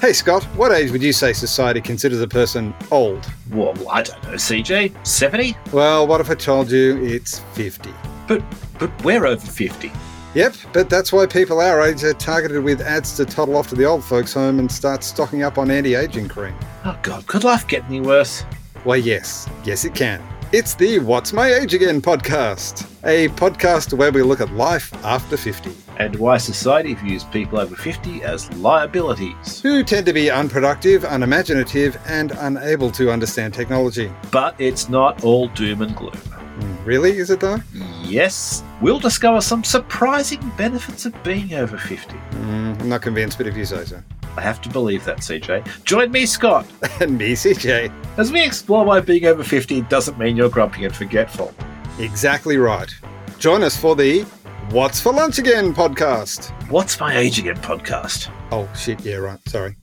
Hey, Scott, what age would you say society considers a person old? Well, I don't know, CJ. 70? Well, what if I told you it's 50? But, but we're over 50. Yep, but that's why people our age are targeted with ads to toddle off to the old folks' home and start stocking up on anti aging cream. Oh, God, could life get any worse? Why, yes, yes, it can. It's the What's My Age Again podcast, a podcast where we look at life after 50. And why society views people over 50 as liabilities. Who tend to be unproductive, unimaginative, and unable to understand technology. But it's not all doom and gloom. Mm, Really, is it though? Yes, we'll discover some surprising benefits of being over 50. Mm, I'm not convinced, but if you say so. I have to believe that, CJ. Join me, Scott, And me, CJ. as we explore why being over 50 doesn't mean you're grumpy and forgetful. Exactly right. Join us for the What's for Lunch Again podcast. What's My Age Again podcast? Oh, shit, yeah, right, sorry.